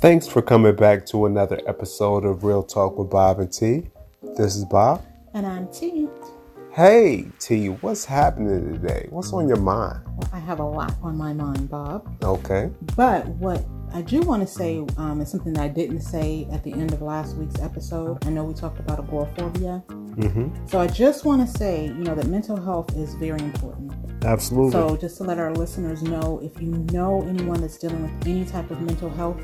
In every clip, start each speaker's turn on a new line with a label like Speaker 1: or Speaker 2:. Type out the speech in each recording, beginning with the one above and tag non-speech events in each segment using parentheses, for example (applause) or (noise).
Speaker 1: Thanks for coming back to another episode of Real Talk with Bob and T. This is Bob.
Speaker 2: And I'm T.
Speaker 1: Hey, T, what's happening today? What's on your mind?
Speaker 2: Well, I have a lot on my mind, Bob.
Speaker 1: Okay.
Speaker 2: But what I do want to say um, is something that I didn't say at the end of last week's episode. I know we talked about agoraphobia.
Speaker 1: Mm-hmm.
Speaker 2: So I just want to say, you know, that mental health is very important.
Speaker 1: Absolutely.
Speaker 2: So just to let our listeners know, if you know anyone that's dealing with any type of mental health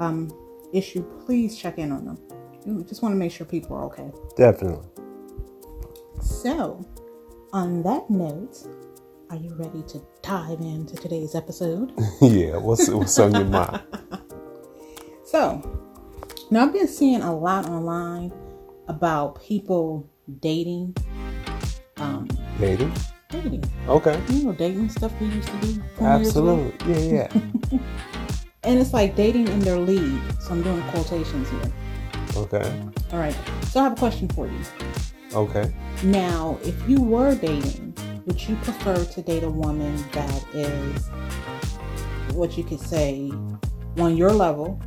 Speaker 2: um, issue, please check in on them. You just want to make sure people are okay.
Speaker 1: Definitely. (laughs)
Speaker 2: So, on that note, are you ready to dive into today's episode?
Speaker 1: yeah. What's what's on your mind?
Speaker 2: (laughs) So, now I've been seeing a lot online about people dating, um,
Speaker 1: Dating.
Speaker 2: dating,
Speaker 1: Okay.
Speaker 2: you know, dating stuff we used to do. 20 years ago.
Speaker 1: Absolutely. Yeah. Yeah.
Speaker 2: And it's like dating in their league. So I'm doing quotations here.
Speaker 1: okay.
Speaker 2: All right. So I have a question for you.
Speaker 1: Okay.
Speaker 2: Now, if you were dating, would you prefer to date a woman that is what you could say on your level,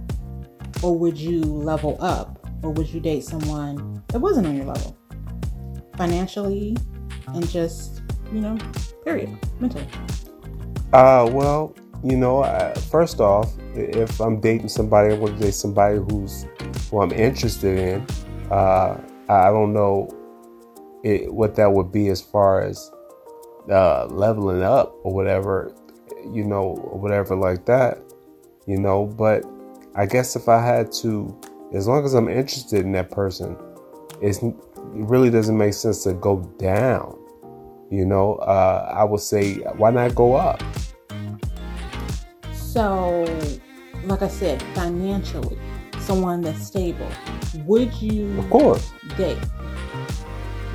Speaker 2: or would you level up, or would you date someone that wasn't on your level financially and just, you know, period, mentally?
Speaker 1: Uh, well, you know, I, first off, i- if I'm dating somebody, I want to date somebody who's who I'm interested in. Uh, I I don't know it, what that would be as far as uh, leveling up or whatever, you know, or whatever like that, you know. But I guess if I had to, as long as I'm interested in that person, it's, it really doesn't make sense to go down. You know, uh, I would say, why not go up?
Speaker 2: So, like I said, financially, someone that's stable, would you
Speaker 1: Of course.
Speaker 2: date?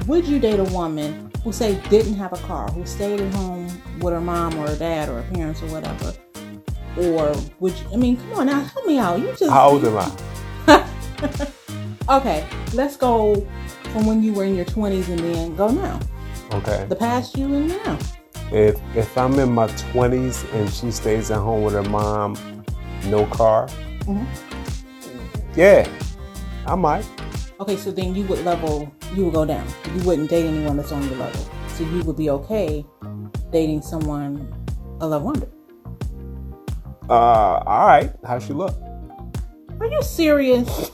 Speaker 2: Would you date a woman who say didn't have a car, who stayed at home with her mom or her dad or her parents or whatever? Or would you, I mean, come on now, help me out. You just
Speaker 1: How old am I?
Speaker 2: okay. Let's go from when you were in your twenties and then go now,
Speaker 1: Okay.
Speaker 2: the past you and now.
Speaker 1: If if I'm in my twenties and she stays at home with her mom, no car.
Speaker 2: Mhm.
Speaker 1: Yeah, I might.
Speaker 2: Okay, so then you would level, you would go down. You wouldn't date anyone that's on your level. So you would be okay dating someone a level under.
Speaker 1: Uh, all right. How she look? (laughs)
Speaker 2: Are you serious?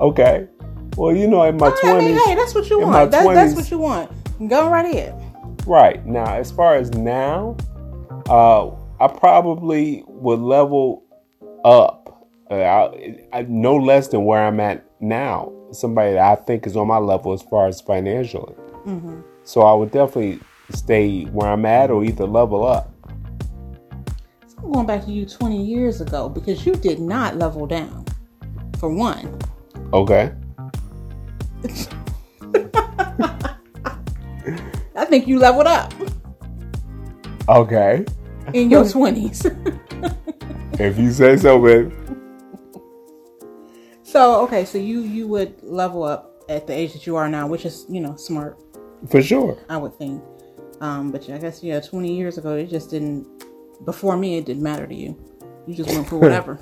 Speaker 1: okay. Well, you know, in my
Speaker 2: I mean,
Speaker 1: twenties,
Speaker 2: hey, that's what you
Speaker 1: In my
Speaker 2: want. That, that's
Speaker 1: 20s.
Speaker 2: what you want. Go right ahead.
Speaker 1: right now, as far as now, uh, I probably would level up. Uh, I, I, no less than where I'm at now. Somebody that I think is on my level as far as financially.
Speaker 2: hmm
Speaker 1: So I would definitely stay where I'm at or either level up.
Speaker 2: So I'm going back to you 20 years ago because you did not level down, for one.
Speaker 1: Okay.
Speaker 2: I think you leveled up
Speaker 1: Okay. (laughs)
Speaker 2: in your 20s.
Speaker 1: If you say so, baby.
Speaker 2: (laughs) so, okay, so you you would level up at the age that you are now, which is, you know, smart,
Speaker 1: For sure. (laughs)
Speaker 2: I would think. Um, but I guess, yeah, 20 years ago, it just didn't, before me, it didn't matter to you. You just
Speaker 1: (laughs)
Speaker 2: went for whatever.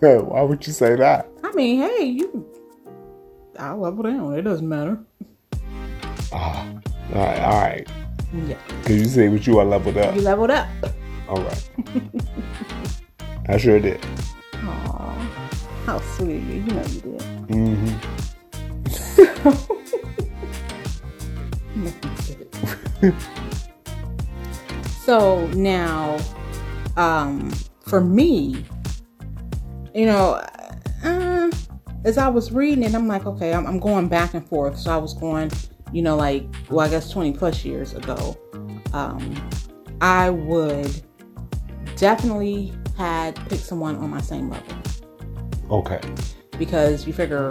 Speaker 1: Why would you say that?
Speaker 2: I mean, hey, you, I level down. It doesn't matter. (laughs)
Speaker 1: Ah, all right. All right.
Speaker 2: Yeah.
Speaker 1: Because you say what you are leveled up.
Speaker 2: You leveled up.
Speaker 1: All right. I sure did.
Speaker 2: Aw, how sweet of you. You know you did.
Speaker 1: hmm
Speaker 2: (laughs) so now, um, for me, you know, uh, as I was reading it, I'm like, okay, I'm, I'm going back and forth. So I was going, you know, like, well, I guess 20 plus years ago, um, I would definitely had picked someone on my same level
Speaker 1: Okay.
Speaker 2: because you figure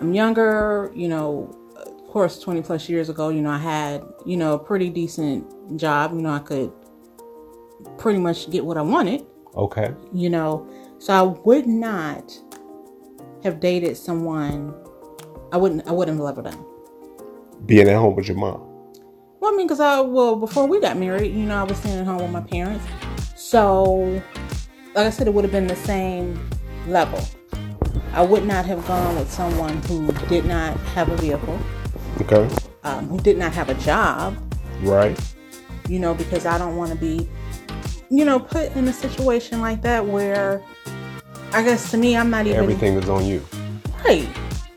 Speaker 2: I'm younger, you know, of course, 20 plus years ago, you know, I had, you know, a pretty decent job. You know, I could pretty much get what I wanted,
Speaker 1: Okay.
Speaker 2: you know. So I would not have dated someone, I wouldn't, I wouldn't have leveled down.
Speaker 1: Being at home with your mom.
Speaker 2: Well, I mean, because I, well, before we got married, you know, I was staying at home with my parents. So, like I said, it would have been the same level. I would not have gone with someone who did not have a vehicle,
Speaker 1: Okay.
Speaker 2: um, who did not have a job,
Speaker 1: Right.
Speaker 2: you know, because I don't want to be, you know, put in a situation like that where I guess to me, I'm not even
Speaker 1: Everything is on you.
Speaker 2: right.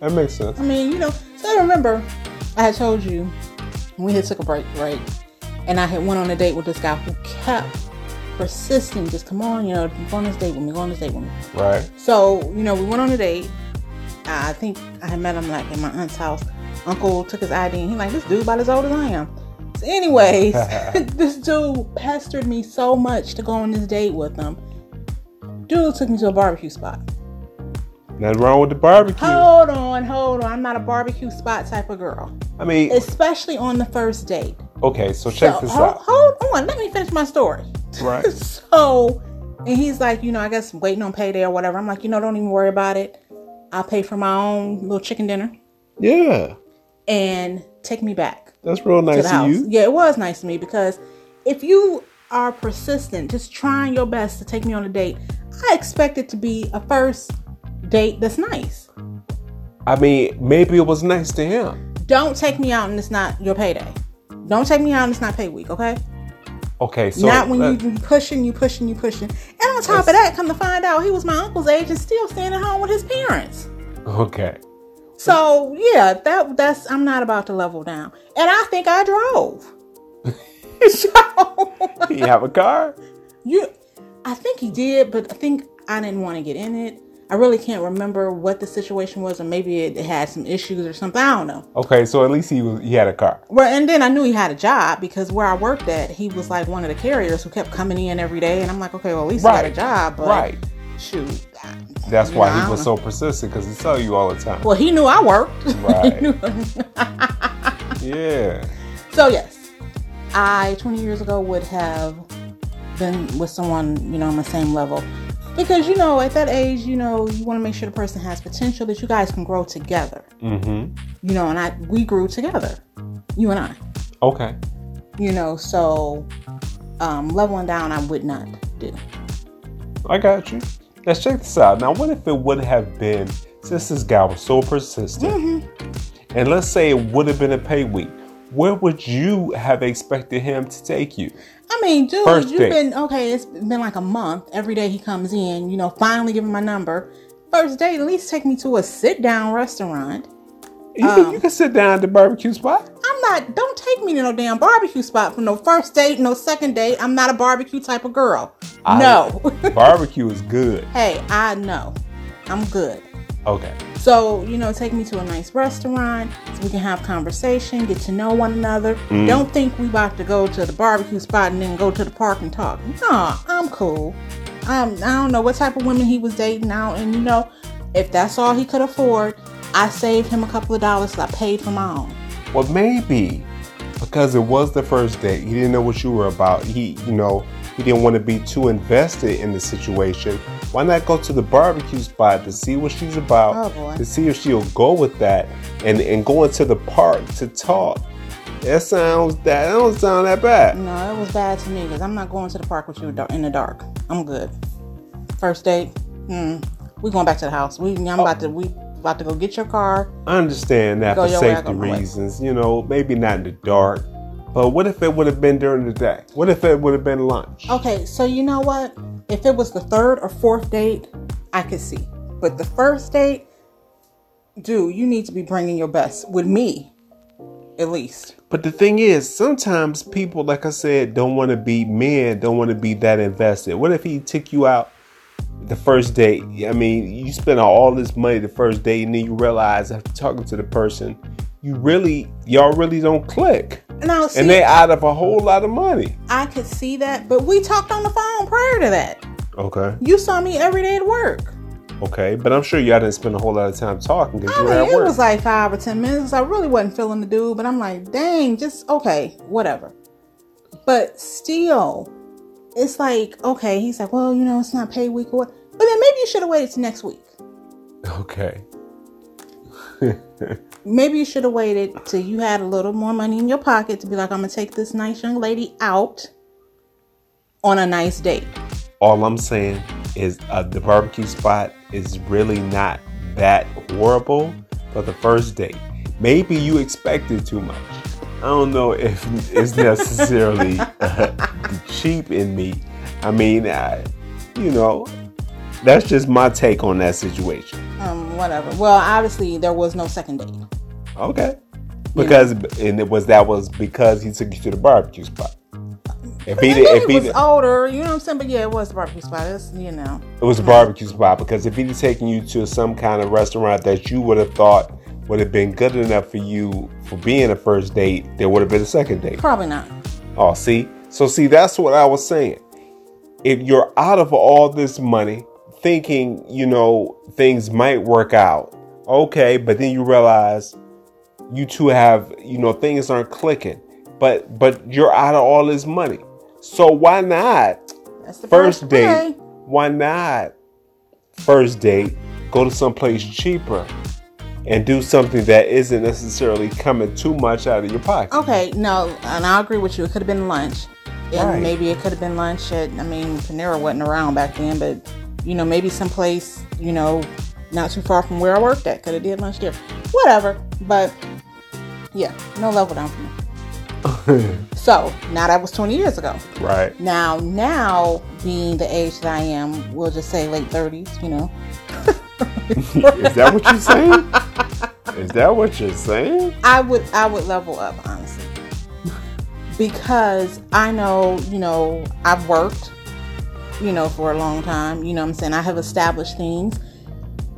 Speaker 1: That makes sense.
Speaker 2: I mean, you know, so I remember I had told you we had took a break, right? And I had went on a date with this guy who kept persisting, just come on, you know, go on this date with me, go on this date with me.
Speaker 1: Right.
Speaker 2: So, you know, we went on a date. I think I had met him like in my aunt's house. Uncle took his ID and he like, this dude about as old as I am. So anyways, (laughs) this dude pestered me so much to go on this date with him. Dude took me to a barbecue spot.
Speaker 1: Nothing wrong with the barbecue.
Speaker 2: Hold on, hold on. I'm not a barbecue spot type of girl.
Speaker 1: I mean,
Speaker 2: Especially on the first date.
Speaker 1: okay. So check
Speaker 2: So,
Speaker 1: this
Speaker 2: hold,
Speaker 1: out.
Speaker 2: hold on, let me finish my story.
Speaker 1: Right.
Speaker 2: (laughs) so, and he's like, you know, I guess waiting on payday or whatever. I'm like, you know, don't even worry about it. I'll pay for my own little chicken dinner
Speaker 1: Yeah.
Speaker 2: and take me back
Speaker 1: That's real
Speaker 2: to
Speaker 1: nice
Speaker 2: the
Speaker 1: of
Speaker 2: house.
Speaker 1: you.
Speaker 2: Yeah, it was nice to me because if you are persistent, just trying your best to take me on a date, I expect it to be a first date that's nice.
Speaker 1: I mean, maybe it was nice to him.
Speaker 2: Don't take me out and it's not your payday. Don't take me out and it's not pay week, okay?
Speaker 1: Okay. So uh,
Speaker 2: Not when
Speaker 1: let-
Speaker 2: you pushing, you pushing, you pushing. And on top of that, come to find out, he was my uncle's age and still staying at home with his parents.
Speaker 1: (laughs) Okay.
Speaker 2: So yeah, that that's I'm not about to level down. And I think I
Speaker 1: (laughs)
Speaker 2: drove. (laughs) so
Speaker 1: You have a car?
Speaker 2: you, I think he did, but I think I didn't want to get in it. I really can't remember what the situation was, or maybe it had some issues or something. I don't know.
Speaker 1: Okay. So at least he was. He had a car.
Speaker 2: Well, and then I knew he had a job because where I worked at, he was like one of the carriers who kept coming in every day, and I'm like, okay, well at least he
Speaker 1: Right.
Speaker 2: got a job, but
Speaker 1: Right.
Speaker 2: shoot. I-
Speaker 1: That's
Speaker 2: you know,
Speaker 1: why
Speaker 2: I
Speaker 1: he was
Speaker 2: don't-
Speaker 1: so persistent because he saw you all the time.
Speaker 2: Well, (laughs) he knew I worked. (laughs) He
Speaker 1: Right.
Speaker 2: knew- (laughs)
Speaker 1: Yeah.
Speaker 2: so yes, I 20 years ago would have been with someone you know on the same level because you know at that age you know you want to make sure the person has potential that you guys can grow together.
Speaker 1: Mm-hmm.
Speaker 2: You know, and I we grew together, you and I.
Speaker 1: Okay.
Speaker 2: You know, so um, leveling down I would not do.
Speaker 1: I got you. Let's check this out. Now, what if it would have been since this guy was so persistent, and let's say it would have been a pay week? Where would you have expected him to take you?
Speaker 2: I mean, dude,
Speaker 1: First
Speaker 2: you've
Speaker 1: date.
Speaker 2: been okay. It's been like a month. Every day he comes in, you know, finally giving my number. First date, at least take me to a sit down restaurant.
Speaker 1: You, can, you can sit down at the barbecue spot.
Speaker 2: I'm not. Don't take me to no damn barbecue spot for no first date, no second date. I'm not a barbecue type of girl. no. (laughs)
Speaker 1: barbecue is good.
Speaker 2: hey, I know. I'm good.
Speaker 1: Okay.
Speaker 2: So, you know, take me to a nice restaurant so we can have conversation, get to know one another. Don't think we about to go to the barbecue spot and then go to the park and talk. Nah, I'm cool. Um, I don't know what type of women he was dating out, and you know, if that's all he could afford, I saved him a couple of dollars. I paid for my own.
Speaker 1: Well, maybe because it was the first date, he didn't know what you were about. He, you know, he didn't want to be too invested in the situation. Why not go to the barbecue spot to see what she's about,
Speaker 2: Oh, boy.
Speaker 1: to see if she'll go with that, and and going to the park to talk. That sounds that, that don't sound that bad.
Speaker 2: No, it was bad to me because I'm not going to the park with you in the dark. I'm good. First date, mm, we going back to the house. We, I'm about to, we about to go get your car.
Speaker 1: I understand that
Speaker 2: Go
Speaker 1: for
Speaker 2: your way, I
Speaker 1: safety
Speaker 2: go my way.
Speaker 1: reasons, you know, maybe not in the dark. But what if it would have been during the day? What if it would have been lunch?
Speaker 2: Okay, so you know what? If it was the third or fourth date, I could see. But the first date, dude, you need to be bringing your best with me, at least.
Speaker 1: But the thing is, sometimes people, like I said, don't want to be men, don't want to be that invested. What if he took you out the first date? I mean, you spend all this money the first date, and then you realize after talking to the person, you really, y'all really don't click.
Speaker 2: Now, see,
Speaker 1: And they out of a whole lot of money.
Speaker 2: I could see that, but we talked on the phone prior to that.
Speaker 1: Okay.
Speaker 2: You saw me every day at work.
Speaker 1: Okay. But I'm sure y'all didn't spend a whole lot of time talking because
Speaker 2: I
Speaker 1: you were
Speaker 2: mean,
Speaker 1: at
Speaker 2: it
Speaker 1: work.
Speaker 2: was like five or ten minutes. I really wasn't feeling the dude, but I'm like, dang, just okay, whatever. But still, it's like, okay, he's like, well, you know, it's not pay week or what. But then maybe you should have waited till next week.
Speaker 1: okay.
Speaker 2: Maybe you should have waited till you had a little more money in your pocket to be like, I'm gonna take this nice young lady out on a nice date.
Speaker 1: All I'm saying is uh, the barbecue spot is really not that horrible for the first date. Maybe you expected too much. I don't know if (laughs) it's necessarily uh, cheap in me. I mean, I, you know, that's just my take on that situation.
Speaker 2: Um, whatever. Well, obviously there was no second date.
Speaker 1: Okay. Because and it was that was because he took you to the barbecue spot. If he
Speaker 2: And
Speaker 1: did,
Speaker 2: then
Speaker 1: if
Speaker 2: he
Speaker 1: he
Speaker 2: was
Speaker 1: did,
Speaker 2: older, you know what I'm saying? But yeah, it was the barbecue spot. It's you know.
Speaker 1: It was a barbecue spot because if he'd taken you to some kind of restaurant that you would have thought would have been good enough for you for being a first date, there would have been a second date.
Speaker 2: Probably not.
Speaker 1: Oh, see? So, see, that's what I was saying. If you're out of all this money thinking, you know, things might work out, okay, but then you realize you two have, you know, things aren't clicking, but but you're out of all this money. So, why not
Speaker 2: That's the
Speaker 1: first
Speaker 2: price to
Speaker 1: date.
Speaker 2: pay.
Speaker 1: Why not? First date, go to someplace cheaper and do something that isn't necessarily coming too much out of your pocket.
Speaker 2: Okay, no, and I agree with you. It could have been lunch, and
Speaker 1: Right.
Speaker 2: maybe it could have been lunch at. I mean, Panera wasn't around back then, but you know, maybe someplace you know, not too far from where I worked at. Could have did lunch there. Whatever, but yeah, no level down for me. so now that was 20 years ago.
Speaker 1: Right.
Speaker 2: Now, now being the age that I am, we'll just say late 30s. You know,
Speaker 1: Is that what you're saying? Is that what you're saying?
Speaker 2: I would I would level up honestly because I know you know I've worked you know for a long time you know what I'm saying I have established things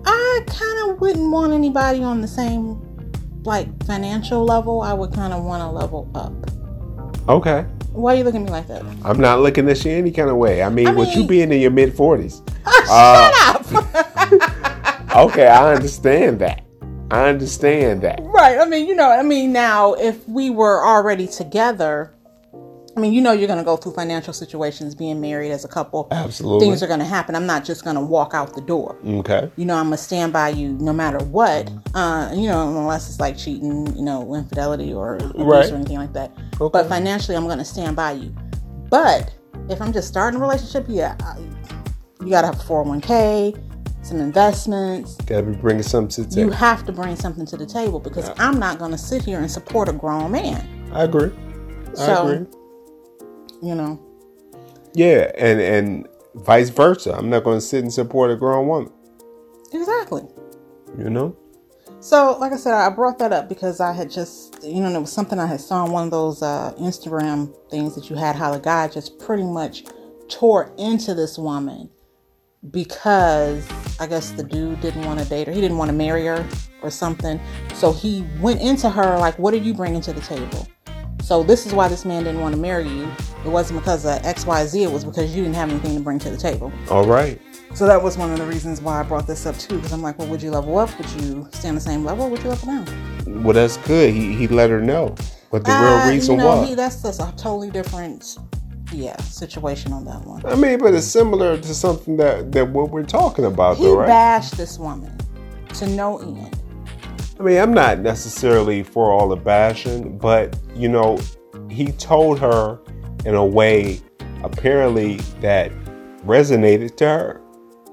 Speaker 2: I kind of wouldn't want anybody on the same like financial level I would kind of want to level up
Speaker 1: Okay.
Speaker 2: why are you looking at me like that (laughs)
Speaker 1: I'm not looking at you any kind of way. I mean,
Speaker 2: I
Speaker 1: with you
Speaker 2: mean-
Speaker 1: being in your mid 40s.
Speaker 2: shut up (laughs)
Speaker 1: Okay, I understand that. I understand that.
Speaker 2: Right. I mean, you know, I mean, now if we were already together, I mean, you know, you're going to go through financial situations being married as a couple.
Speaker 1: Absolutely.
Speaker 2: Things are going to happen. I'm not just going to walk out the door.
Speaker 1: Okay.
Speaker 2: You know, I'm going to stand by you no matter what.
Speaker 1: Mm-hmm.
Speaker 2: Uh, you know, unless it's like cheating, you know, infidelity or abuse
Speaker 1: Right.
Speaker 2: or anything like that.
Speaker 1: Okay.
Speaker 2: But financially, I'm going to stand by you. But if I'm just starting a relationship, yeah, I, you got to have a 401k, some investments
Speaker 1: Gotta be bringing something to the
Speaker 2: you
Speaker 1: table.
Speaker 2: have to bring something to the table because I'm not going to sit here and support a grown man.
Speaker 1: I agree.
Speaker 2: So-
Speaker 1: I agree.
Speaker 2: You know,
Speaker 1: Yeah, and and vice versa. I'm not going to sit and support a grown woman.
Speaker 2: exactly.
Speaker 1: You know.
Speaker 2: So, like I said, I brought that up because I had just, you know, it was something I had saw on one of those uh, Instagram things that you had how the guy just pretty much tore into this woman because I guess the dude didn't want to date her. He didn't want to marry her or something. So he went into her like, "What are you bringing to the table?" So this is why this man didn't want to marry you. It wasn't because of X, Y, Z. It was because you didn't have anything to bring to the table.
Speaker 1: All right.
Speaker 2: So that was one of the reasons why I brought this up too, because I'm like, well, would you level up? Would you stay on the same level? Would you level down?
Speaker 1: Well, that's good. He he let her know what the
Speaker 2: Uh,
Speaker 1: real reason
Speaker 2: you know,
Speaker 1: was.
Speaker 2: He, that's that's a totally different, yeah, situation on that one.
Speaker 1: I mean, but it's similar to something that that what we're talking about,
Speaker 2: He
Speaker 1: though, right?
Speaker 2: bashed this woman to no end.
Speaker 1: I mean, I'm not necessarily for all the bashing, but you know, he told her in a way apparently that resonated to her.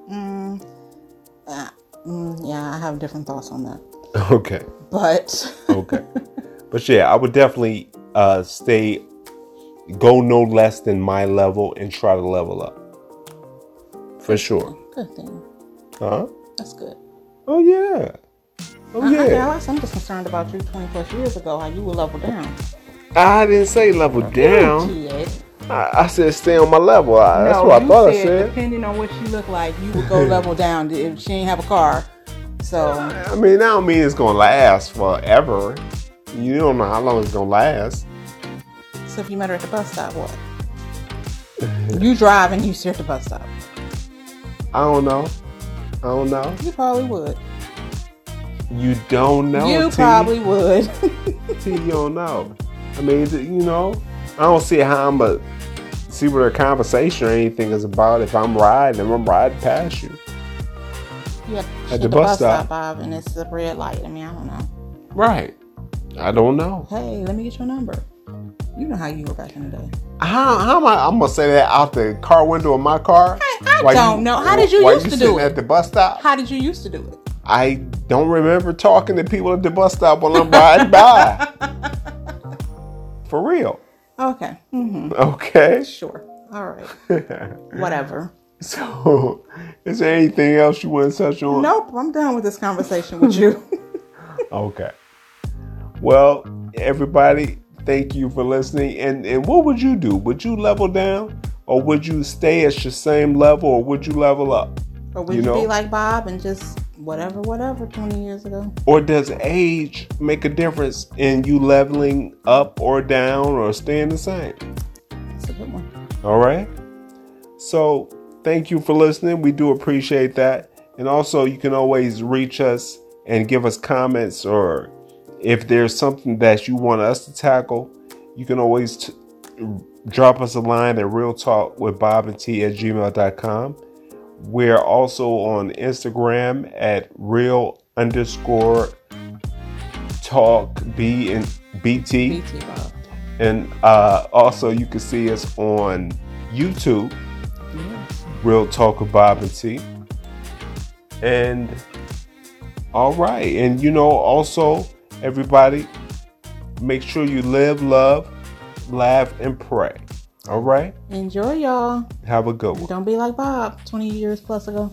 Speaker 1: (laughs)
Speaker 2: Uh, mm, yeah, I have different thoughts on that,
Speaker 1: Okay.
Speaker 2: but (laughs)
Speaker 1: Okay. but yeah, I would definitely uh stay go no less than my level and try to level up. For sure.
Speaker 2: good thing.
Speaker 1: Huh?
Speaker 2: That's good.
Speaker 1: Oh yeah. Oh
Speaker 2: I, I
Speaker 1: yeah.
Speaker 2: realize I'm just concerned about you 20 plus years ago, how you were level down.
Speaker 1: I didn't say level down.
Speaker 2: Kid.
Speaker 1: I, I said stay on my level. I, that's
Speaker 2: No,
Speaker 1: what I
Speaker 2: you
Speaker 1: thought I
Speaker 2: said,
Speaker 1: said.
Speaker 2: Depending on what she looked like, you would go level down if she ain't have a car. So
Speaker 1: I mean, I don't mean it's gonna last forever. You don't know how long it's gonna last.
Speaker 2: So if you met her at the bus stop, what? you drive and you see her at the bus stop.
Speaker 1: I don't know. I don't know.
Speaker 2: You probably would.
Speaker 1: You don't know.
Speaker 2: you
Speaker 1: T.
Speaker 2: probably would. (laughs)
Speaker 1: See, you don't know. I mean, th- you know, I don't see how I'm a see what a conversation or anything is about if I'm riding and I'm riding past you.
Speaker 2: yeah,
Speaker 1: the bus stop.
Speaker 2: Bob, and it's a red light. I mean, I don't know.
Speaker 1: Right. I don't know.
Speaker 2: Hey, let me get your number. You know how you were back in the day.
Speaker 1: How, how am I? I'm gonna say that out the car window of my car.
Speaker 2: I don't know. How did you
Speaker 1: while
Speaker 2: used to do
Speaker 1: sitting
Speaker 2: it?
Speaker 1: at the bus stop?
Speaker 2: How did you used to do it?
Speaker 1: I don't remember talking to people at the bus stop while I'm riding
Speaker 2: (laughs)
Speaker 1: by. For real.
Speaker 2: Okay. hmm
Speaker 1: Okay.
Speaker 2: Sure. All right.
Speaker 1: (laughs)
Speaker 2: Whatever.
Speaker 1: So, (laughs) is there anything else you want to touch on?
Speaker 2: Nope. I'm done with this conversation with
Speaker 1: (laughs)
Speaker 2: you.
Speaker 1: Okay. Well, everybody, thank you for listening. And and what would you do? Would you level down, or would you stay at your same level, or would you level up?
Speaker 2: or would
Speaker 1: You
Speaker 2: you,
Speaker 1: know-
Speaker 2: be like Bob and just whatever, whatever, 20 years ago?
Speaker 1: Or does age make a difference in you leveling up or down or staying the same?
Speaker 2: That's a good one.
Speaker 1: All right. So thank you for listening. We do appreciate that. And also, you can always reach us and give us comments, or if there's something that you want us to tackle, you can always t- drop us a line at Real Talk with Bob and T at gmail.com. We're also on Instagram at real underscore talk B and BT.
Speaker 2: BT Bob.
Speaker 1: And uh, also, you can see us on YouTube,
Speaker 2: Yes.
Speaker 1: Real Talk with Bob and T. And all right. And you know, also, everybody, make sure you live, love, laugh, and pray. All right.
Speaker 2: Enjoy, y'all.
Speaker 1: Have a good one.
Speaker 2: Don't be like Bob 20 years plus ago.